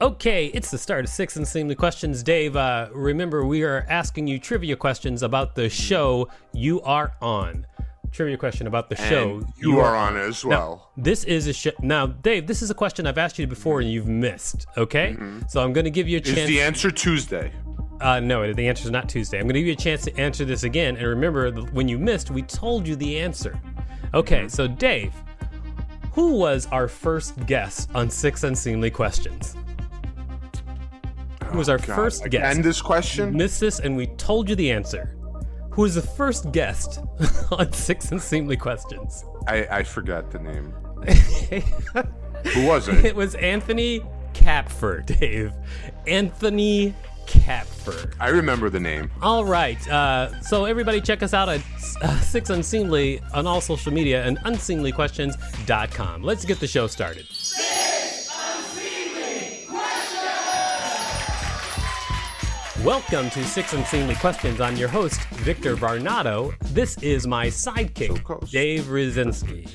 Okay, it's the start of Six and Seemly Questions. Dave, uh, remember, we are asking you trivia questions about the show you are on. Trivia question about the show And you are on as well. Now, this is a show. Now, Dave, this is a question I've asked you before and you've missed, okay? So I'm going to give you a Mm-hmm. Is chance. the answer Tuesday? Uh, no, the answer is not Tuesday. I'm going to give you a chance to answer this again. And remember, th- when you missed, we told you the answer. Okay, so Dave, who was our first guest on Six Unseemly Questions? Who was our God, first Uh, I guest? End this question. Missed this, and we told you the answer. Who was the first guest on Six Unseemly Questions? I, I forgot the name. Who was it? it was Anthony Capfer, Dave. Anthony Capfer. I remember the name. All right. Uh, so everybody, check us out at uh, Six Unseemly on all social media and unseemlyquestions.com. Let's get the show started. Welcome to Six Unseemly Questions. I'm your host, Victor Varnado. This is my sidekick, close. Dave Rosinski.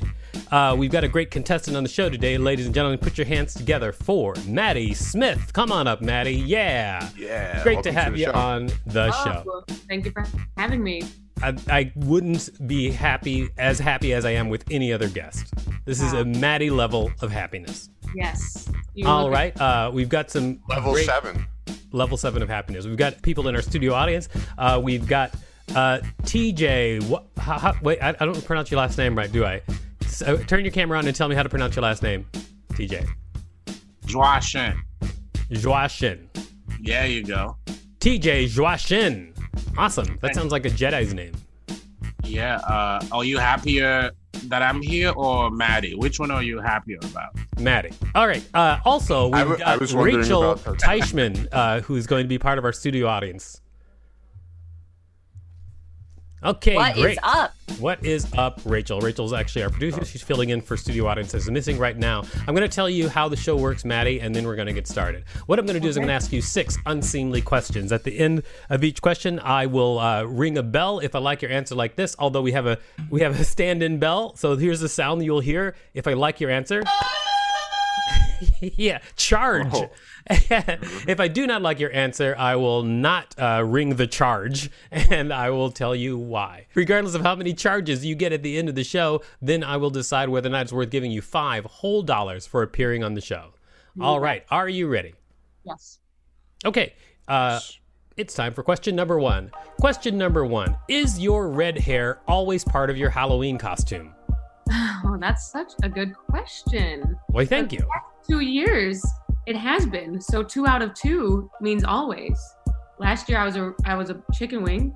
Uh, we've got a great contestant on the show today, ladies and gentlemen. Put your hands together for Maddie Smith. Come on up, Maddie. Yeah. Yeah, Great to welcome to have the you show. on the Oh, show. Thank you for having me. I, I wouldn't be happy as happy as I am with any other guest. This is Wow. a Maddie level of happiness. Yes. You All look- right, uh, we've got some Level great- seven. level seven of happiness. We've got people in our studio audience. Uh, we've got uh, TJ. What, how, how, wait, I, I don't pronounce your last name right, do I? So, turn your camera on and tell me how to pronounce your last name, TJ. Joashin. Joashin. Yeah, you go. TJ Joashin. Awesome. That sounds like a Jedi's name. Yeah. Uh, are you happier that I'm here or Maddie? Which one are you happier about? Maddie. All right. Uh, also, we've I w- I got was wondering Rachel about that. Teichman, uh, who is going to be part of our studio audience. Okay, What is great. up? What is up, Rachel? Rachel's actually our producer. She's filling in for studio audience that's missing right now. I'm going to tell you how the show works, Maddie, and then we're going to get started. What I'm going to do is I'm going to ask you six unseemly questions. At the end of each question, I will uh, ring a bell if I like your answer, like this. Although we have a we have a stand-in bell, so here's the sound you'll hear if I like your answer. yeah, charge. Oh. if I do not like your answer, I will not uh, ring the charge and I will tell you why. Regardless of how many charges you get at the end of the show, then I will decide whether or not it's worth giving you five whole dollars for appearing on the show. All right, are you ready? Yes. Okay, uh, it's time for question number one. Question number one Is your red hair always part of your Halloween costume? Oh, that's such a good question. Why, thank you. Two years it has been. So two out of two means always. Last year I was a I was a chicken wing.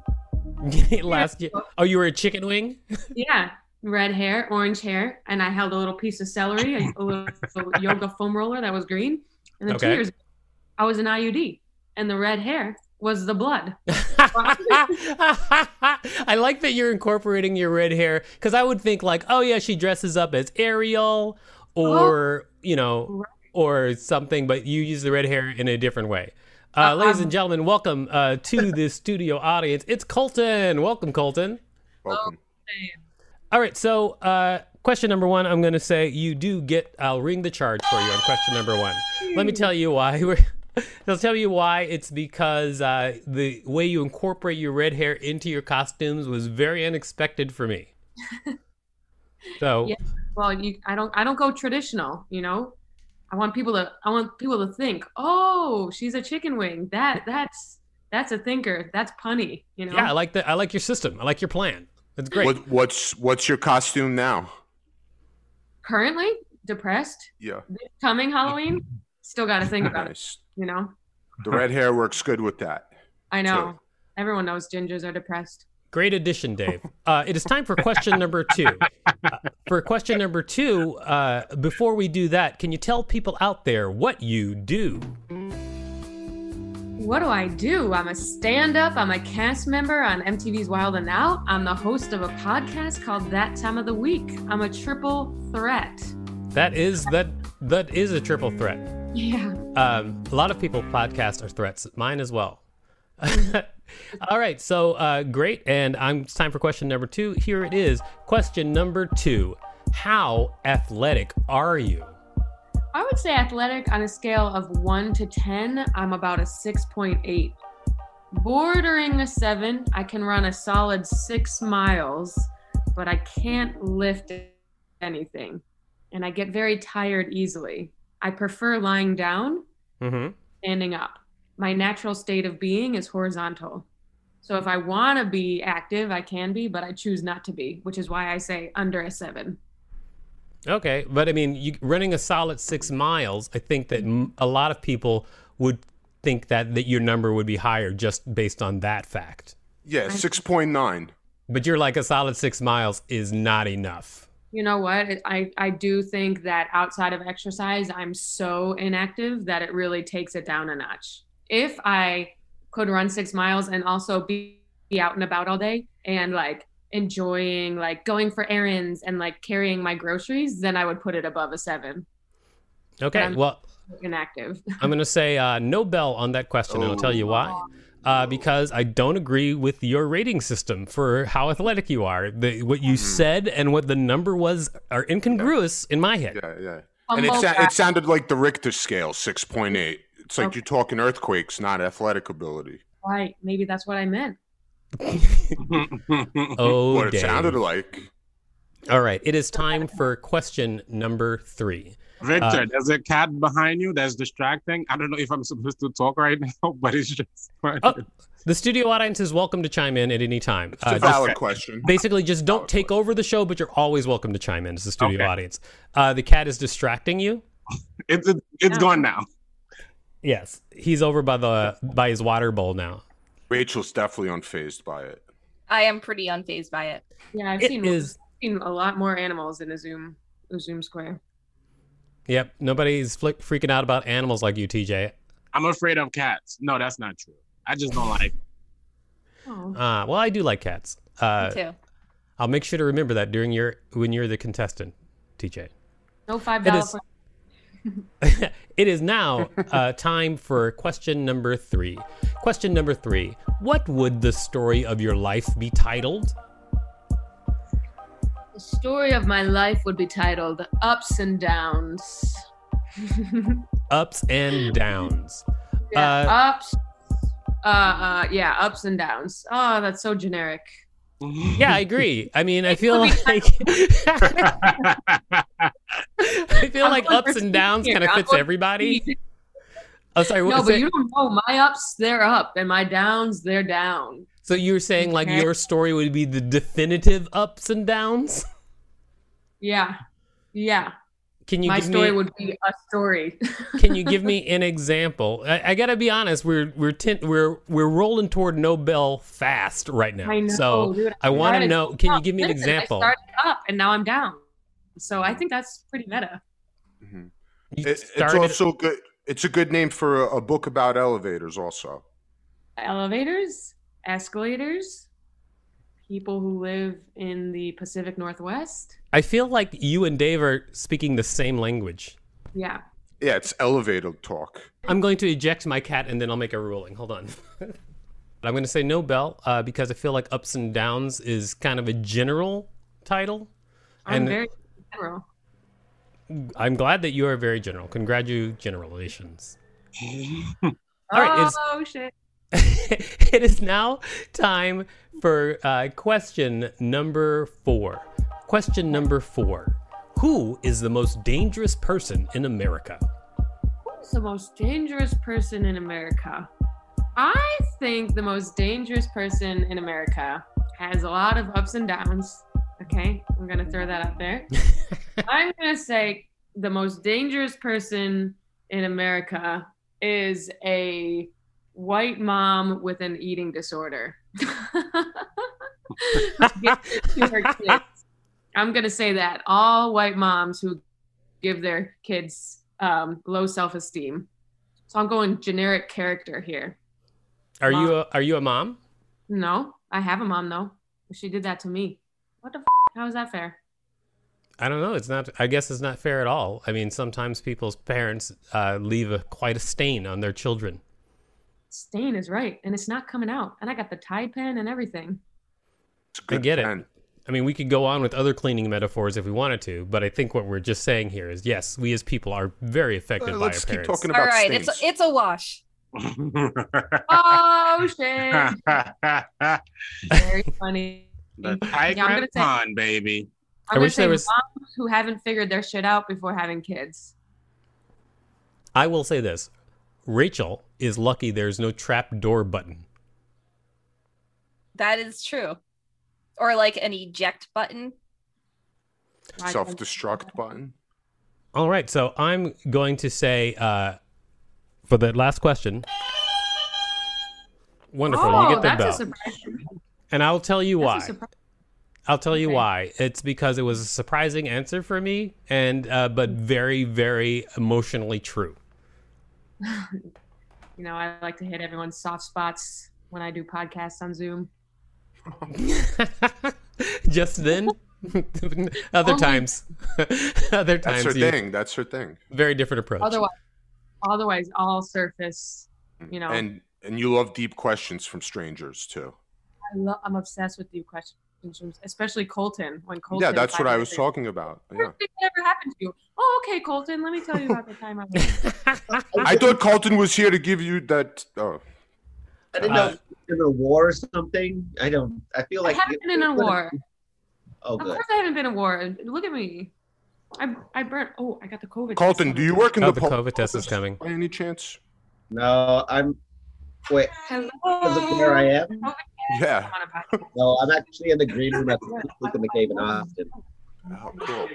Last year. Oh, you were a chicken wing? Yeah. Red hair, orange hair, and I held a little piece of celery, a, a little yoga foam roller that was green. And then Okay. two years ago, I was an IUD, and the red hair was the blood. I like that you're incorporating your red hair because I would think like, oh yeah, she dresses up as Ariel or you know Right. or something, but you use the red hair in a different way. Uh, Uh, ladies um, and gentlemen, welcome uh, to the studio audience. It's Colton. Welcome, Colton. Welcome. All right, so uh, question number one, I'm going to say you do get. I'll ring the charge for you on question number one. Let me tell you why. We're, I'll tell you why. It's because uh, the way you incorporate your red hair into your costumes was very unexpected for me. So Yeah. well you i don't i don't go traditional you know i want people to i want people to think oh she's a chicken wing that that's that's a thinker that's punny you know yeah, I like that. I like your system. I like your plan. That's great. What, what's what's your costume now? currently depressed Yeah. coming halloween still got to think about it Nice. you know The red hair works good with that. i know Totally. everyone knows gingers are depressed Great addition, Dave. Uh, it is time for question number two. Uh, for question number two, uh, before we do that, can you tell people out there what you do? What do I do? I'm a stand up. I'm a cast member on MTV's Wild and Out. I'm the host of a podcast called That Time of the Week. I'm a triple threat. That is that that is a triple threat. Yeah. Um, a lot of people podcast are threats. Mine as well. All right, so uh, great, and I'm, it's time for question number two. Here it is. Question number two: How athletic are you? I would say athletic on a scale of one to ten. I'm about a six point eight, bordering a seven. I can run a solid six miles, but I can't lift anything, and I get very tired easily. I prefer lying down, mm-hmm. standing up my natural state of being is horizontal. So if I want to be active, I can be, but I choose not to be, which is why I say under a seven. Okay, but I mean, you, running a solid six miles, I think that m- a lot of people would think that that your number would be higher just based on that fact. Yeah, six point nine. But you're like a solid six miles is not enough. You know what? I I do think that outside of exercise, I'm so inactive that it really takes it down a notch if I could run six miles and also be, be out and about all day and like enjoying like going for errands and like carrying my groceries, then I would put it above a seven. Okay. I'm well, inactive. I'm going to say uh, no bell on that question, and I'll tell you why. Oh. Uh, because I don't agree with your rating system for how athletic you are. The, what you Mm-hmm. said and what the number was are incongruous in my head. Yeah, yeah. And it, sa- it sounded like the Richter scale, six point eight. It's like Okay. you're talking earthquakes, not athletic ability. Right. Maybe that's what I meant. Oh, what it Dave. sounded like. All right, it is time for question number three. Victor, Uh, there's a cat behind you that's distracting. I don't know if I'm supposed to talk right now, but it's just. Oh, the studio audience is welcome to chime in at any time. It's a just- valid question. basically, just don't take over the show, but you're always welcome to chime in as the studio Okay. audience. Uh, the cat is distracting you. It's it's it's Yeah. gone now. Yes, he's over by the by his water bowl now. Rachel's definitely unfazed by it. I am pretty unfazed by it. Yeah, I've It seen, is- seen a lot more animals in a Zoom a Zoom square. Yep, nobody's flick freaking out about animals like you, TJ. I'm afraid of cats. No, that's not true. I just don't like. Oh. Uh, well, I do like cats. Me Uh, too. I'll make sure to remember that during your when you're the contestant, TJ. No five It dollars. is, it is now uh, time for question number three. Question number three What would the story of your life be titled? The story of my life would be titled Ups and Downs. Ups and downs. yeah, Uh, ups. Uh, uh, yeah, ups and downs. Oh, that's so generic. Yeah, I agree. I mean, I feel would be like I feel I'm like going ups for and downs speed kind of here. I'm fits going for everybody. Oh, sorry. no, what- but so, you don't know. My ups, they're up, and my downs, they're down. so you were saying like Okay. your story would be the definitive ups and downs? Yeah, yeah. Can you My give story me, would be a story. Can you give me an example? I, I gotta be honest. We're we're tin we're we're rolling toward Nobel fast right now. I know. So dude, I want to started know. Can you up. give me an Listen, example? I started up and now I'm down. So I think that's pretty meta. Mhm. You It- it's started- also good. It's a good name for a, a book about elevators. Also, Elevators, escalators, people who live in the Pacific Northwest. I feel like you and Dave are speaking the same language. Yeah. yeah, it's elevator talk. I'm going to eject my cat and then I'll make a ruling. Hold on. I'm going to say no bell uh, because I feel like ups and downs is kind of a general title. I'm And- very general. I'm glad that you are very general. Congratulations. All right, it's- oh shit. it is now time for uh, question number four. Question number four Who is the most dangerous person in America? Who's the most dangerous person in America? I think the most dangerous person in America has a lot of ups and downs. Okay, I'm gonna throw that out there. I'm gonna say the most dangerous person in America is a white mom with an eating disorder. to her kids. I'm gonna say that all white moms who give their kids um, low self-esteem. So I'm going generic character here. Are you a, are you a mom? No, I have a mom though. She did that to me. What the? F- how is that fair? I don't know. It's not. I guess it's not fair at all. I mean, sometimes people's parents uh, leave a, quite a stain on their children. Stain is right, and it's not coming out. And I got the Tide pen and everything. It's a I good get it. pen. I mean, we could go on with other cleaning metaphors if we wanted to, but I think what we're just saying here is yes, we as people are very affected Uh, by let's our keep parents. talking All about right, stains. it's it's a wash. Oh shit! the Very funny. tight Yeah, I'm gonna red say- pond, baby. I I'm gonna wish say there was. moms who haven't figured their shit out before having kids. I will say this: Rachel is lucky. There's no trap door button. That is true. Or like an eject button. Why- Self-destruct button. All right, so I'm going to say uh, for the last question. Wonderful, Oh, you get the that's a bell, surprise. and I'll tell you That's a why. surprise. I'll tell you Okay. why. It's because it was a surprising answer for me, and uh, but very, very emotionally true. You know, I like to hit everyone's soft spots when I do podcasts on Zoom. Just then, other Only- times, other That's times, her you- thing. That's her thing. very different approach. Oh, Otherwise, otherwise, all surface. You know, And and you love deep questions from strangers too. I lo- I'm obsessed with deep questions, especially Colton. When Colton, yeah, that's what I was finally- talking about. Yeah. Worst thing that ever happened to you. Oh, okay, Colton. Let me tell you about the time I was. I thought Colton was here to give you that. Oh, I didn't Uh, know if you were in a war or something. I don't. I feel I like haven't been in a war. Oh, Of good. course, I haven't been in a war. Look at me. I I burnt. Oh, I got the COVID. Colton, do you work in oh, the the po- COVID test is coming. by any chance? No, I'm. Wait, Hello. is it where I am? Yeah. I'm on a podcast. No, I'm actually in the green room at the Sleep in the Cave in Austin. Oh, cool.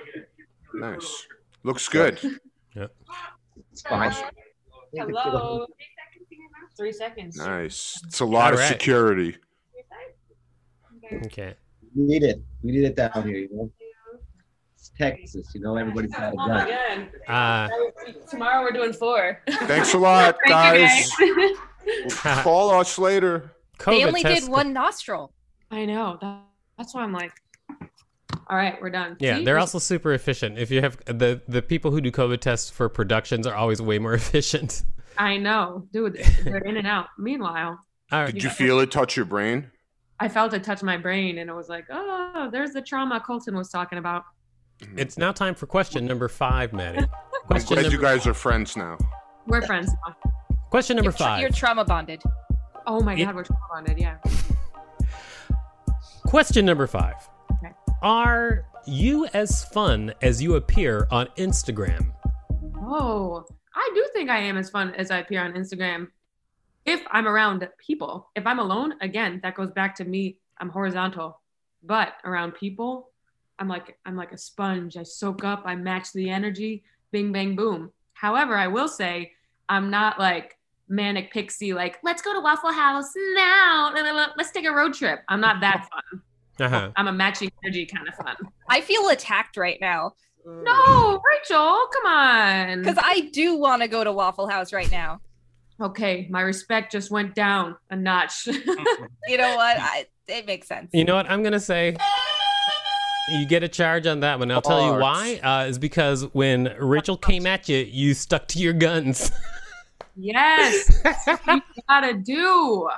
Nice. Looks good. It's fine. Hello. Three seconds. Nice. It's a lot of All right. security. Okay. We need it. We need it down here. You know, it's Texas. You know, everybody's got a gun. good. Uh, Oh Tomorrow we're doing four. Thanks a lot, guys. Call us later. They COVID only test. did one nostril. I know. That, that's why I'm like, all right, we're done. Yeah, See? they're also super efficient. If you have the the people who do COVID tests for productions are always way more efficient. I know, dude. They're in and out. Meanwhile, All right. Did you feel it touch your brain? I felt it touch my brain, and it was like, oh, there's the trauma Colton was talking about. It's now time for question number five, Maddie. I'm Question glad number, you guys are friends now. We're friends now. question number you're, tra- five. You're trauma bonded. Oh my Yeah. God, we're trauma bonded. Yeah. Question number five. Okay. Are you as fun as you appear on Instagram? Oh, I do think I am as fun as I appear on Instagram if I'm around people. If I'm alone, again, that goes back to me. I'm horizontal, but around people, I'm like I'm like a sponge. I soak up. I match the energy. Bing bang boom. However, I will say I'm not like manic pixie. Like let's go to Waffle House now. la, la, la, Let's take a road trip. I'm not that fun. Uh-huh. I'm a matching energy kind of fun. I feel attacked right now No, Rachel, come on. because I do want to go to Waffle House right now. Okay, my respect just went down a notch. You know what? I, it makes sense. You know what? I'm gonna say you get a charge on that one. I'll tell you why. Uh, is because when Rachel came at you, you stuck to your guns. yes, you gotta do.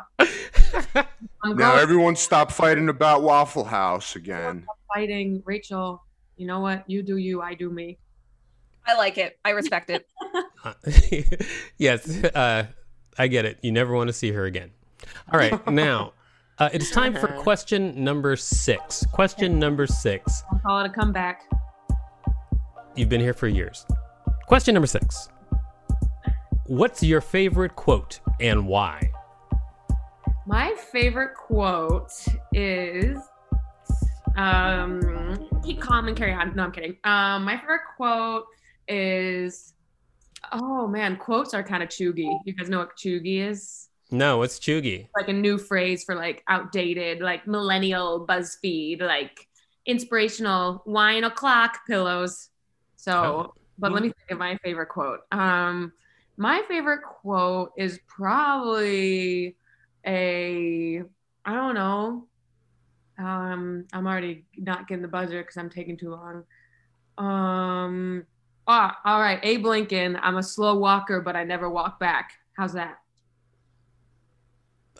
I'm Now going everyone stop fighting about Waffle House again. fighting Rachel. You know what? You do you, I do me. I like it. I respect it. Uh, yes, uh, I get it. You never want to see her again. All right, now uh, it's time for Uh-huh. question number six. Question number six. I'll call it a comeback. You've been here for years. Question number six. What's your favorite quote and why? My favorite quote is um keep calm and carry on. No, I'm kidding. Um my favorite quote is oh man, quotes are kind of chuggy. You guys know what chuggy is? No, it's Chugi. like a new phrase for like outdated, like millennial BuzzFeed, like inspirational wine o'clock pillows. So, but let me think of my favorite quote. Um, my favorite quote is probably a, I don't know. Um, I'm already not getting the buzzer because I'm taking too long. Um, ah, all right, Abe Lincoln. I'm a slow walker, but I never walk back. How's that?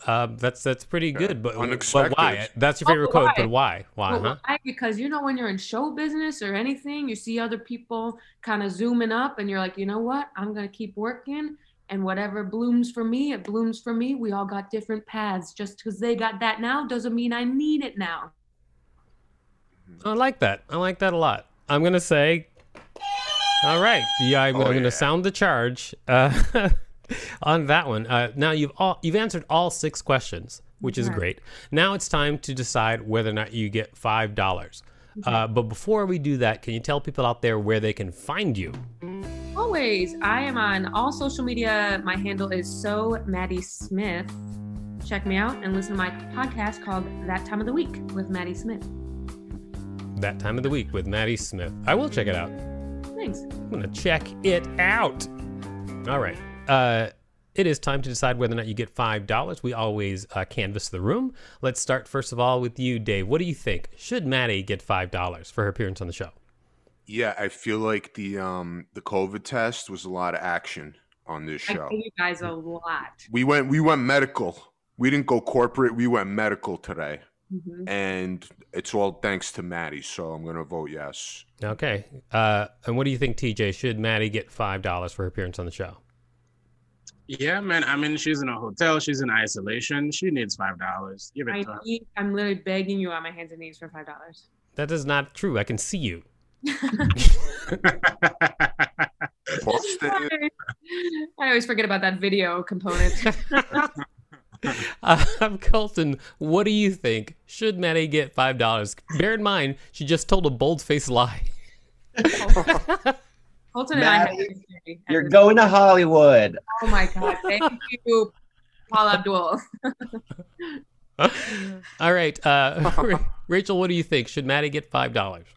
Uh, that's that's pretty good, but, but Unexpected. why? That's your favorite Oh, quote, why? but why? Why? Well, Huh? why? Because you know when you're in show business or anything, you see other people kind of zooming up, and you're like, you know what? I'm gonna keep working, and whatever blooms for me, it blooms for me. We all got different paths. Just because they got that now doesn't mean I need it now. I like that. I like that a lot. I'm gonna say, all right. Yeah, I'm, Oh, I'm gonna yeah. sound the charge uh, on that one. Uh, now you've all you've answered all six questions, which is Okay. great. Now it's time to decide whether or not you get five dollars. Uh, but before we do that, can you tell people out there where they can find you? Always, I am on all social media. My handle is so Maddie Smith. Check me out and listen to my podcast called That Time of the Week with Maddie Smith. That time of the week with Maddie Smith. I will check it out. Thanks. I'm gonna check it out. All right. Uh, it is time to decide whether or not you get five dollars. We always uh, canvass the room. Let's start first of all with you, Dave. What do you think? Should Maddie get five dollars for her appearance on the show? Yeah, I feel like the um the COVID test was a lot of action on this I show. pay you guys a lot. We went we went medical. We didn't go corporate. We went medical today, Mhm. and it's all thanks to Maddie. So I'm gonna vote yes. Okay. Uh, and what do you think, TJ? Should Maddie get five dollars for her appearance on the show? Yeah, man. I mean, she's in a hotel. She's in isolation. She needs five dollars. Give it I to her. need, I'm literally begging you on my hands and knees for five dollars. That is not true. I can see you. Post I it. always forget about that video component. Uh, Colton, what do you think? Should Maddie get five dollars? Bear in mind, she just told a bold-faced lie. Colton and I have Maddie, this theory. You're going to Hollywood. Oh my god! Thank you, Paul Abdul. All right, uh, Ra- Rachel, what do you think? Should Maddie get five dollars?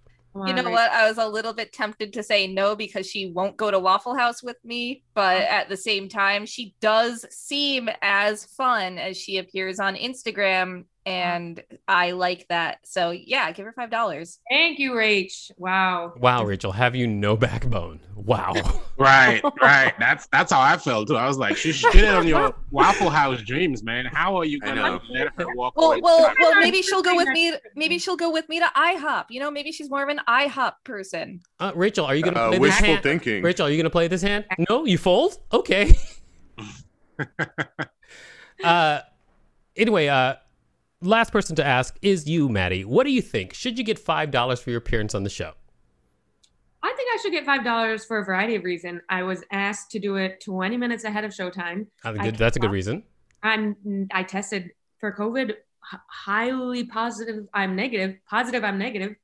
You know what? I was a little bit tempted to say no because she won't go to Waffle House with me, but at the same time, she does seem as fun as she appears on Instagram, and I like that. So yeah, give her five dollars. Thank you, Rach. Wow. Wow, Rachel, have you no backbone? Wow. Right, right. That's that's how I felt too. I was like, she shit on your Waffle House dreams, man. How are you I gonna know. let her walk Well, away? well, I'm well. not Maybe she'll go saying with that- me. Maybe she'll go with me to IHOP. You know, maybe she's more of an IHOP person. Uh, Rachel, are you gonna Uh, play this wishful hand? thinking. Rachel, are you gonna play this hand? No, you fold. Okay. uh, anyway, uh, last person to ask is you, Maddie. What do you think? Should you get five dollars for your appearance on the show? I think I should get five dollars for a variety of reasons. I was asked to do it 20 minutes ahead of showtime. I think I good, that's a good reason. I'm I tested for COVID, h- highly positive. I'm negative. Positive. I'm negative.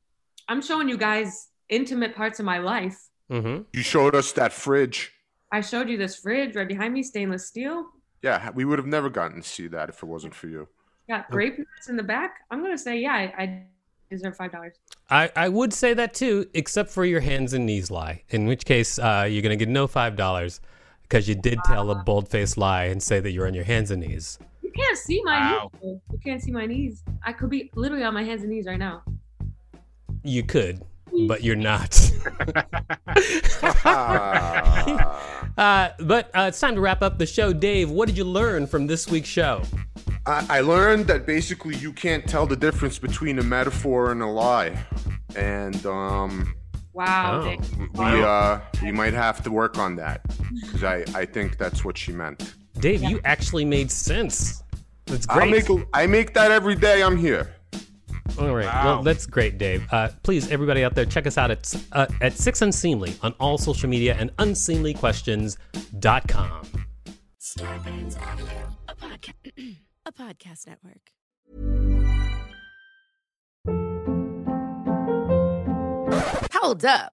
I'm showing you guys intimate parts of my life. Mm-hmm. You showed us that fridge. I showed you this fridge right behind me, stainless steel. Yeah, we would have never gotten to see that if it wasn't for you. Got grape nuts in the back. I'm gonna say, yeah, I, I deserve five dollars. I, I would say that too, except for your hands and knees lie, in which case uh, you're going to get no $5 because you did tell a bold faced lie and say that you're on your hands and knees. You can't see my Wow. knees. though. You can't see my knees. I could be literally on my hands and knees right now. You could, but you're not. Ah. uh, but uh, it's time to wrap up the show. Dave, what did you learn from this week's show? I, I learned that basically you can't tell the difference between a metaphor and a lie, and um, Wow. Oh. Dick. we uh, we might have to work on that because I I think that's what she meant. Dave, you actually made sense. That's I great. make a- I make that every day. I'm here. All right. Well, Wow. that's great, Dave. Uh, please, everybody out there, check us out at uh, at Six Unseemly on all social media and unseemlyquestions.com. Starbane's Avenue, a, podca- a podcast network. Hold up.